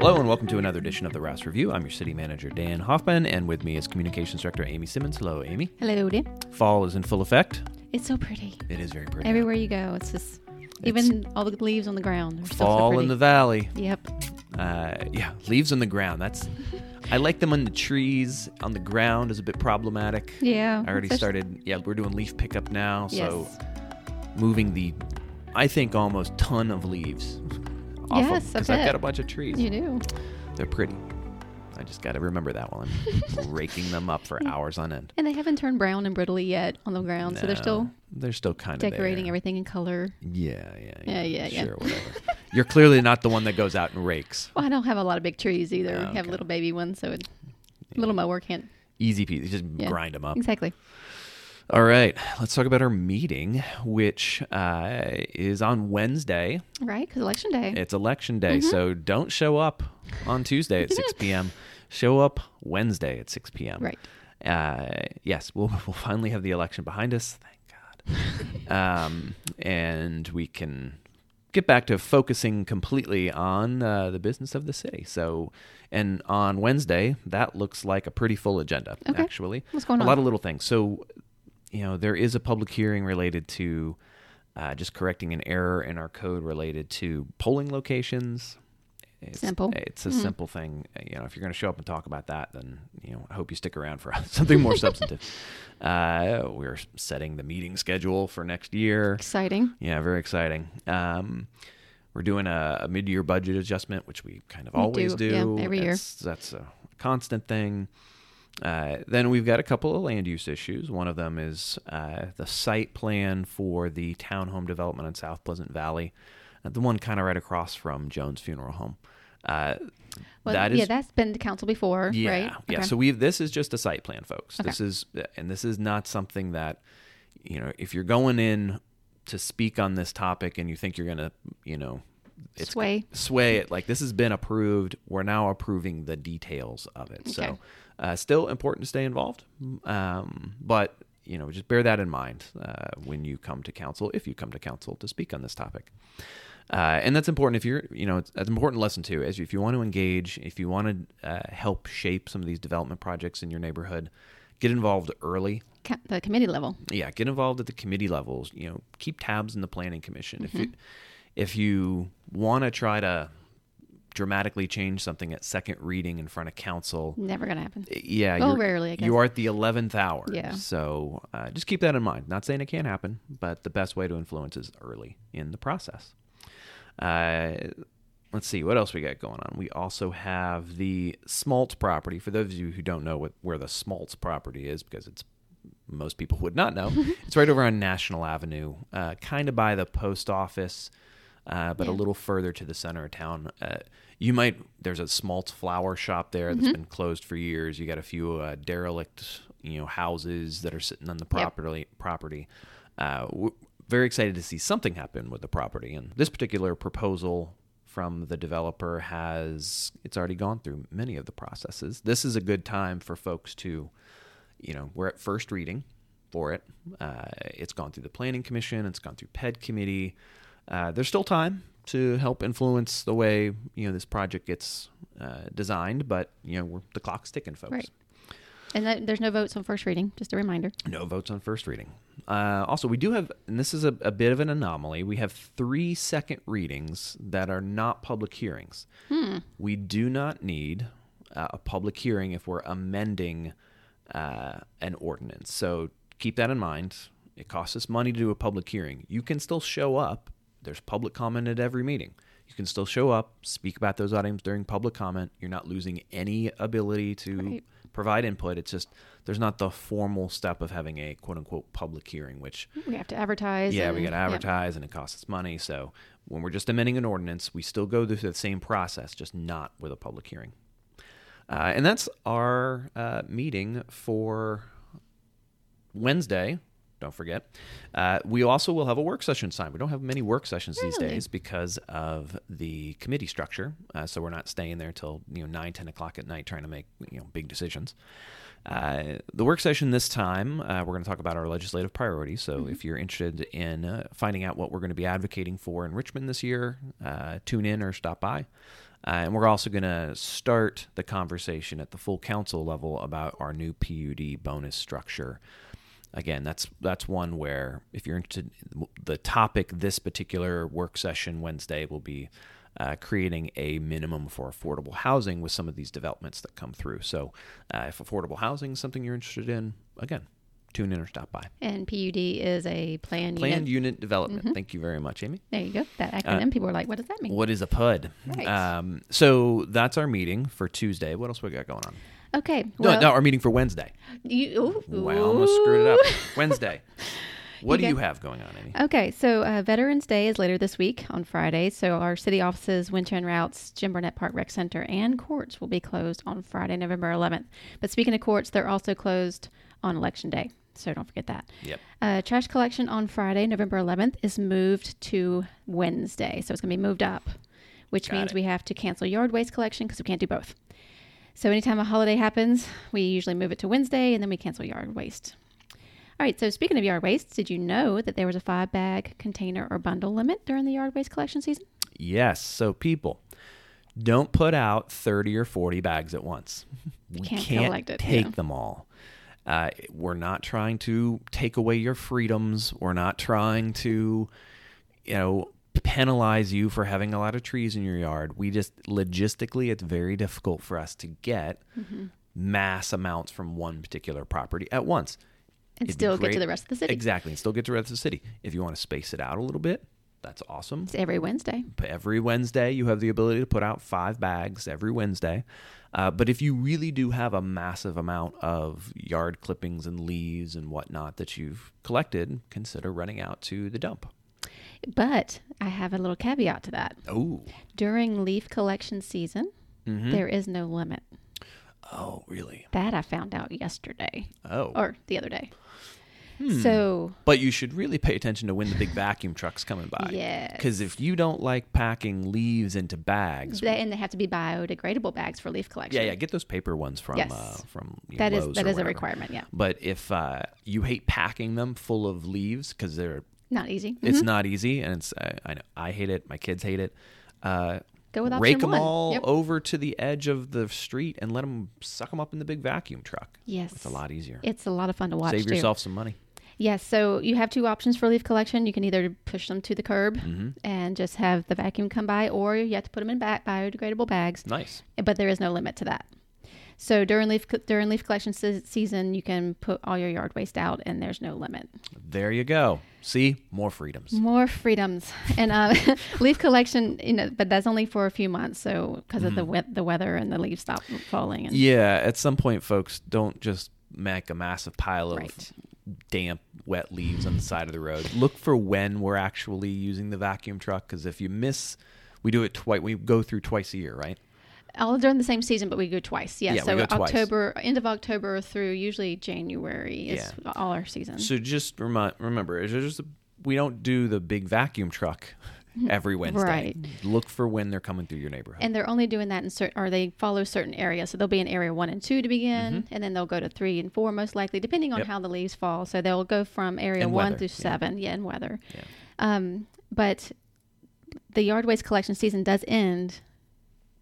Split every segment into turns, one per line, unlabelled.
Hello and welcome to another edition of the Rouse Review. I'm your city manager Dan Hoffman, and with me is communications director Amy Simmons. Hello, Amy.
Hello, Dan.
Fall is in full effect.
It's so pretty.
It is very pretty.
Everywhere you go, it's just even all the leaves on the ground. Are still so
Fall
pretty.
in the valley.
Yep.
Uh, yeah, leaves on the ground. That's. I like them on the trees. On the ground is a bit problematic.
Yeah.
I already
especially-
started. Yeah, we're doing leaf pickup now, so
Yes.
moving the, I think almost ton of leaves. Off
Yes, I
because I've
bet.
got a bunch of trees.
You do.
They're pretty. I just got to remember that while I'm raking them up for hours on end.
And they haven't turned brown and brittly yet on the ground, so they're
No,
still
they're still kind of
decorating everything in color.
Yeah, yeah, yeah,
Yeah, yeah, yeah.
Sure, whatever. You're clearly not the one that goes out and rakes.
Well, I don't have a lot of big trees either. I have
Okay.
a little baby one, so it, little mower can't.
Easy peasy, just
yeah.
grind them up.
Exactly.
All right, let's talk about our meeting, which uh, is on Wednesday.
Right? Because election day.
It's election day,
Mm-hmm.
so don't show up on Tuesday at 6 p.m. Show up Wednesday at 6 p.m.
Right.
Uh, yes, we'll, we'll finally have the election behind us. Thank God. um, and we can get back to focusing completely on uh, the business of the city. So, and on Wednesday, that looks like a pretty full agenda,
Okay.
actually.
What's going
a
on?
lot of little things. So, you know, there is a public hearing related to uh, just correcting an error in our code related to polling locations. It's,
Simple. Mm-hmm.
It's a simple thing. Uh, You know, if you're going to show up and talk about that, then you know, I hope you stick around for something more substantive. Uh, we're setting the meeting schedule for next year.
Exciting.
Yeah, very exciting. Um, we're doing a, a mid-year budget adjustment, which we kind of
We
always do.
do, yeah, every year.
That's- That's a constant thing. Uh, then we've got a couple of land use issues. One of them is uh, the site plan for the townhome development in South Pleasant Valley, uh, the one kind of right across from Jones Funeral Home. Uh,
Well,
that
yeah,
is
that's been to council before,
yeah,
right?
yeah.
Okay.
So we this is just a site plan, folks.
Okay.
This is and this is not something that you know if you're going in to speak on this topic and you think you're gonna you know it's
Sway.
sway it like this has been approved. We're now approving the details of it. So
Okay.
uh, still important to stay involved, um, but you know just bear that in mind uh, when you come to council if you come to council to speak on this topic. Uh, and that's important if you're, you know, it's, that's an important lesson too. As if you want to engage, if you want to uh, help shape some of these development projects in your neighborhood, get involved early.
Ca- the committee level.
Yeah, get involved at the committee levels. You know, keep tabs in the planning commission. If you if you want to try to dramatically change something at second reading in front of council,
Never going to happen.
yeah,
Well,
you're-
rarely, I guess.
you are at the eleventh hour.
Yeah.
So uh, just keep that in mind. Not saying it can't happen, but the best way to influence is early in the process. Uh, let's see what else we got going on. We also have the Smaltz property. For those of you who don't know what, where the Smaltz property is, because it's most people would not know, it's right over on National Avenue, uh, kind of by the post office. Uh, but a
Yeah.
little further to the center of town, uh, you might there's a Smaltz flower shop there that's been closed for years. You got a few uh, derelict, you know, houses that are sitting on the property. Property. Uh, w- very excited to see something happen with the property, and this particular proposal from the developer has it's already gone through many of the processes. This is a good time for folks to, you know, we're at first reading for it. Uh, it's gone through the planning commission. It's gone through PED committee. Uh, there's still time to help influence the way you know this project gets uh, designed, but you know we're, the clock's ticking, folks.
Right. And that, there's no votes on first reading, just a reminder.
No votes on first reading. Uh, also, we do have, and this is a, a bit of an anomaly, we have three second readings that are not public hearings. We do not need uh, a public hearing if we're amending uh, an ordinance. So keep that in mind. It costs us money to do a public hearing. You can still show up. There's public comment at every meeting. You can still show up, speak about those items during public comment. You're not losing any ability to
Right.
provide input. It's just there's not the formal step of having a quote unquote public hearing, which
We have to advertise.
yeah, we
and-
got to advertise and it costs us money. So when we're just amending an ordinance, we still go through the same process, just not with a public hearing. Uh, and that's our uh, meeting for Wednesday. Don't forget. Uh, we also will have a work session time. We don't have many work sessions these
Really?
days because of the committee structure. Uh, so we're not staying there till you know nine, ten o'clock at night trying to make you know big decisions. Uh, the work session this time, uh, we're going to talk about our legislative priorities. So if you're interested in uh, finding out what we're going to be advocating for in Richmond this year, uh, tune in or stop by. Uh, and we're also going to start the conversation at the full council level about our new PUD bonus structure. Again, that's that's one where if you're interested, the topic this particular work session Wednesday will be uh, creating a minimum for affordable housing with some of these developments that come through. So, uh, if affordable housing is something you're interested in, again, tune in or stop by.
And PUD is a plan.
Planned unit development.
Mm-hmm.
Thank you very much, Amy.
There you go. That
Uh,
acronym. People are like, what does that mean?
What is a PUD?
Right.
Um, so that's our meeting for Tuesday. What else we got going on?
okay.
No,
Well,
no, our meeting for Wednesday.
You, ooh,
Wow, I almost screwed it up.
ooh.
Wednesday. What
You
do
got-
you have going on, Amy?
Okay, so uh, Veterans Day is later this week on Friday. So our city offices, Winton Routes, Jim Burnett Park Rec Center, and courts will be closed on Friday, November 11th. But speaking of courts, they're also closed on Election Day. So don't forget that.
Yep.
Uh, trash collection on Friday, November 11th, is moved to Wednesday. So it's going to be moved up, which
Got
means
it.
we have to cancel yard waste collection because we can't do both. So anytime a holiday happens, we usually move it to Wednesday and then we cancel yard waste. All right, so speaking of yard waste, did you know that there was a five bag container or bundle limit during the yard waste collection season?
Yes. So people, don't put out thirty or forty bags at once. We
can't collect it,
take
yeah.
them all. Uh, we're not trying to take away your freedoms. We're not trying to, you know, penalize you for having a lot of trees in your yard. We just logistically, it's very difficult for us to get
Mm-hmm.
mass amounts from one particular property at once.
And
It'd be
still get
great-
to the rest of the city.
Exactly, and still get to the rest of the city. If you want to space it out a little bit, that's awesome
It's every Wednesday.
p- every Wednesday. You have the ability to put out five bags every Wednesday. Uh, but if you really do have a massive amount of yard clippings and leaves and whatnot that you've collected, consider running out to the dump.
But I have a little caveat to that.
Oh,
During leaf collection season,
Mm-hmm. Hmm?
there is no limit.
oh, really?
That I found out yesterday
Oh, Hmm.
or the other day. So,
but you should really pay attention to when the big vacuum truck's coming by.
Yes.
Because if you don't like packing leaves into bags,
they, and they have to be biodegradable bags for leaf collection.
yeah, yeah, get those paper ones from
Yes.
uh, from you know,
That is
Lowe's
that
or
is a
wherever.
requirement. Yeah,
But if uh, you hate packing them full of leaves because they're
not easy. Mm-hmm.
It's not easy, and it's I, I know I hate it. My kids hate it. Uh,
Go with option
rake them
one.
all
Yep.
over to the edge of the street and let them suck them up in the big vacuum truck.
Yes,
It's a lot easier.
It's a lot of fun to watch.
Save
too.
yourself some money.
Yes. So you have two options for leaf collection. You can either push them to the curb
Mm-hmm.
and just have the vacuum come by, or you have to put them in back biodegradable bags.
Nice.
But there is no limit to that. So during leaf during leaf collection se- season, you can put all your yard waste out, and there's no limit.
There you go. See more freedoms.
More freedoms and uh, leaf collection, you know, but that's only for a few months. So because of the
Mm-hmm.
wet, the weather and the leaves stop falling. And,
Yeah. At some point, folks, don't just make a massive pile of
Right.
damp, wet leaves on the side of the road. Look for when we're actually using the vacuum truck because if you miss, we do it twice. We go through twice a year, right?
All during the same season, but we go twice. Yeah.
Yeah, we
so
go twice.
October, end of October through usually January is all our season.
So just remi- remember, it's just we don't do the big vacuum truck every Wednesday.
Right.
Look for when they're coming through your neighborhood.
and they're only doing that in certain, or they follow certain areas. So they'll be in area one and two to begin, and then they'll go to three and four, most likely, depending on
Mm-hmm. Yep.
how the leaves fall. So they'll go from area
And
one
weather,
through
yeah.
seven, yeah, and weather.
Yeah.
Um, but the yard waste collection season does end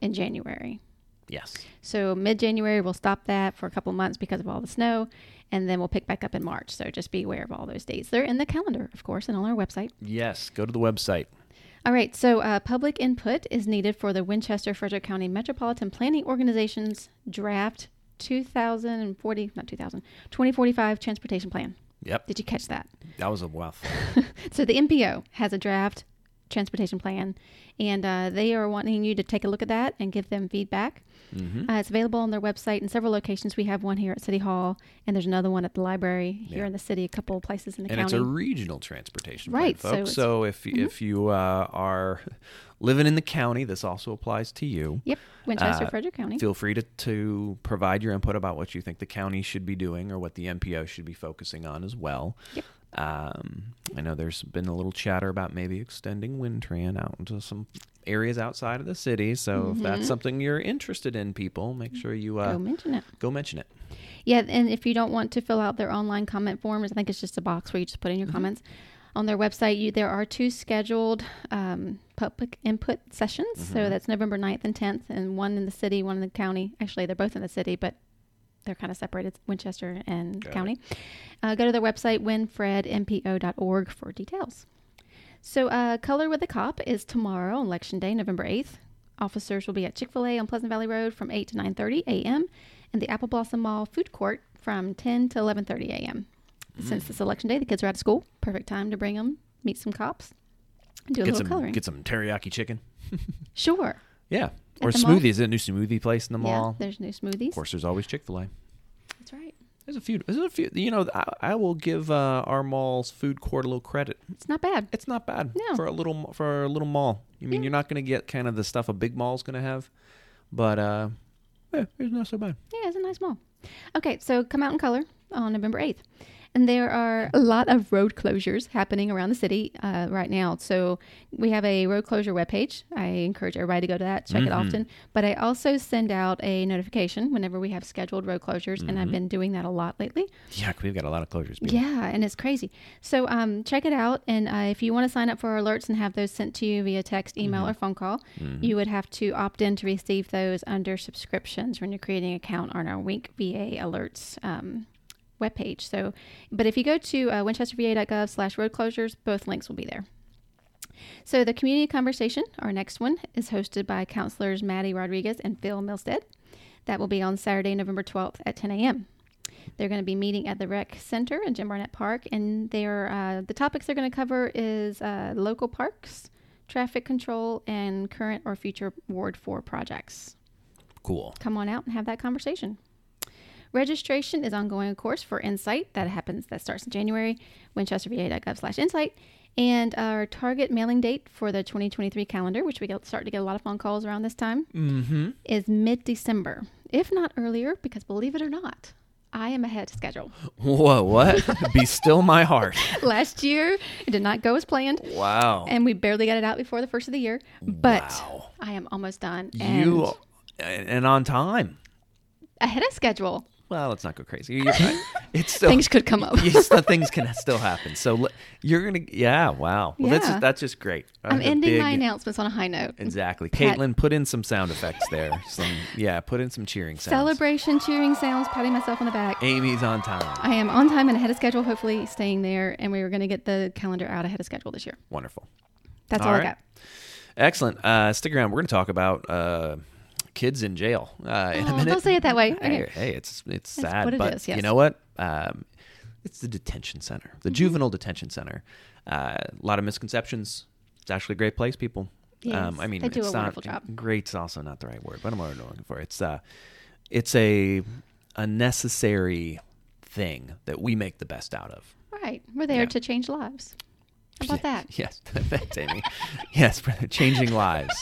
in January.
yes.
So mid January, we'll stop that for a couple of months because of all the snow, and then we'll pick back up in March. So just be aware of all those dates. They're in the calendar, of course, and on our website.
Yes. Go to the website.
All right, so uh, public input is needed for the Winchester Frederick County Metropolitan Planning Organization's draft 2040, not 2000, 2045 transportation plan.
Yep.
Did you catch that?
That was a wow.
So the MPO has a draft transportation plan, and uh, they are wanting you to take a look at that and give them feedback.
Mm-hmm.
Uh, it's available on their website in several locations. We have one here at City Hall, and there's another one at the library here
Yeah.
in the city, a couple of places in the
and it's
county.
a regional transportation plan,
Right, so
folks.
it's- Mm-hmm.
So, if if you uh, are living in the county, this also applies to you.
yep, Winchester,
uh,
Frederick County.
Feel free to, to provide your input about what you think the county should be doing or what the MPO should be focusing on as well.
Yep.
Um, I know there's been a little chatter about maybe extending Wintran out into some areas outside of the city. So if that's something you're interested in, people, make sure you uh,
Mm-hmm. Go
go,
mention it.
mention it.
Yeah, and if you don't want to fill out their online comment forms, I
Mm-hmm.
think it's just a box where you just put in your comments. On their website, you there are two scheduled um, public input sessions.
Mm-hmm.
So that's November 9th and 10th, and one in the city, one in the county. Actually, they're both in the city, but they're kind of separated Winchester and
Got it.
county. Uh, go to their website, winfredmpo.org, for details. So, uh, Color with the Cop is tomorrow, on Election Day, November 8th. Officers will be at Chick fil A on Pleasant Valley Road from 8 to 9.30 a.m. and the Apple Blossom Mall food court from 10 to 11.30 a.m.
Mm-hmm.
Since it's Election Day, the kids are out of school. Perfect time to bring them, meet some cops, and do a
Get
little
some
coloring.
get some teriyaki chicken.
Sure.
Yeah. or
the mall?
smoothie. Is there a new smoothie place in the
Yeah,
mall?
there's new smoothies.
of course, there's always Chick Fil A.
That's right.
There's a few. There's a few. You know, I, I will give uh, our mall's food court a little credit.
It's not bad.
It's not bad
No.
for a little for a little mall. I mean,
Yeah.
you're not going to get kind of the stuff a big mall's going to have, but uh, yeah, it's not so bad.
Yeah, it's a nice mall. Okay, so come out in color on November 8th. And there are a lot of road closures happening around the city uh, right now. So we have a road closure webpage. I encourage everybody to go to that, check it often. But I also send out a notification whenever we have scheduled road closures, and I've been doing that a lot lately.
Yeah, 'cause we've got a lot of closures. people.
Yeah, and it's crazy. So um, check it out. And uh, if you want to sign up for our alerts and have those sent to you via text, email, or phone call, you would have to opt in to receive those under subscriptions when you're creating an account on our Wink VA alerts um, webpage. So, but if you go to uh, winchesterva.gov slash road closures, both links will be there. So the community conversation, our next one, is hosted by counselors Maddie Rodriguez and Phil Milstead. That will be on Saturday, November 12th at 10 a.m. They're going to be meeting at the Rec Center in Jim Barnett Park, and they're, uh, the topics they're going to cover is uh, local parks, traffic control, and current or future Ward 4 projects
cool.
come on out and have that conversation. Registration is ongoing, of course, for Insight. That happens, that starts in January, winchesterva.gov slash insight. And our target mailing date for the 2023 calendar, which we get, start to get a lot of phone calls around this time,
Mm-hmm.
is mid December, if not earlier, because believe it or not, I am ahead of schedule.
Whoa, what? Be still my heart.
Last year, it did not go as planned,
Wow.
and we barely got it out before the first of the year, but
Wow.
I am almost done. And
you and, and on time.
ahead of schedule.
Well, let's not go crazy. You're right. It's still
Things could come up.
you still- things can still happen. So le- you're gonna, yeah, wow. Well, that's
Yeah.
just, that's just great.
I'm
That's a
ending
big-
my announcements on a high note.
Exactly,
Pat-
Caitlin. Put in some sound effects there. Some, yeah, put in some cheering sounds.
Celebration, cheering sounds, patting myself on the back.
Amy's on time.
I am on time and ahead of schedule, hopefully staying there. And we were going to get the calendar out ahead of schedule this year.
Wonderful.
That's all,
All right.
I got.
Excellent. Uh, stick around. We're gonna talk about uh, kids in jail uh, in a
Oh,
minute.
don't say it that way.
Hey,
Okay.
hey, it's it's sad,
what it
but
is, yes. Mm-hmm.
you know what? Um, it's the detention center, the juvenile detention center. Uh, a lot of misconceptions. It's actually a great place, people. Um,
Yes,
I mean,
they do
it's
a
not,
wonderful job.
Great's also not the right word, but I'm already looking for it. it's uh, it's a a necessary thing that we make the best out of.
Right. We're there
Yeah.
to change lives. How about that?
Yes, thanks, Amy. yes, brother, changing lives,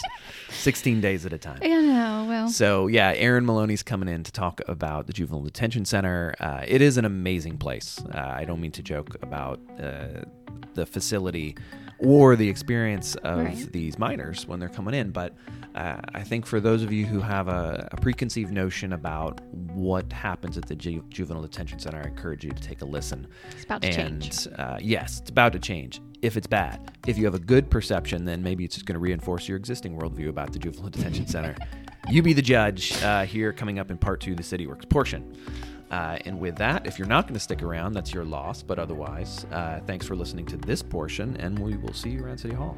sixteen days at a time.
Yeah, no, well,
So yeah, Aaron Maloney's coming in to talk about the juvenile detention center. Uh, it is an amazing place. Uh, I don't mean to joke about uh, the facility or the experience of
Right.
these minors when they're coming in, but uh, I think for those of you who have a, a preconceived notion about what happens at the ju- juvenile detention center, I encourage you to take a listen.
It's about to
and,
change.
Uh, yes, it's about to change. If it's bad, if you have a good perception, then maybe it's just going to reinforce your existing worldview about the juvenile detention center. You be the judge uh, here coming up in part two, the City Works portion. Uh, and with that, if you're not going to stick around, that's your loss. But otherwise, uh, thanks for listening to this portion, and we will see you around City Hall.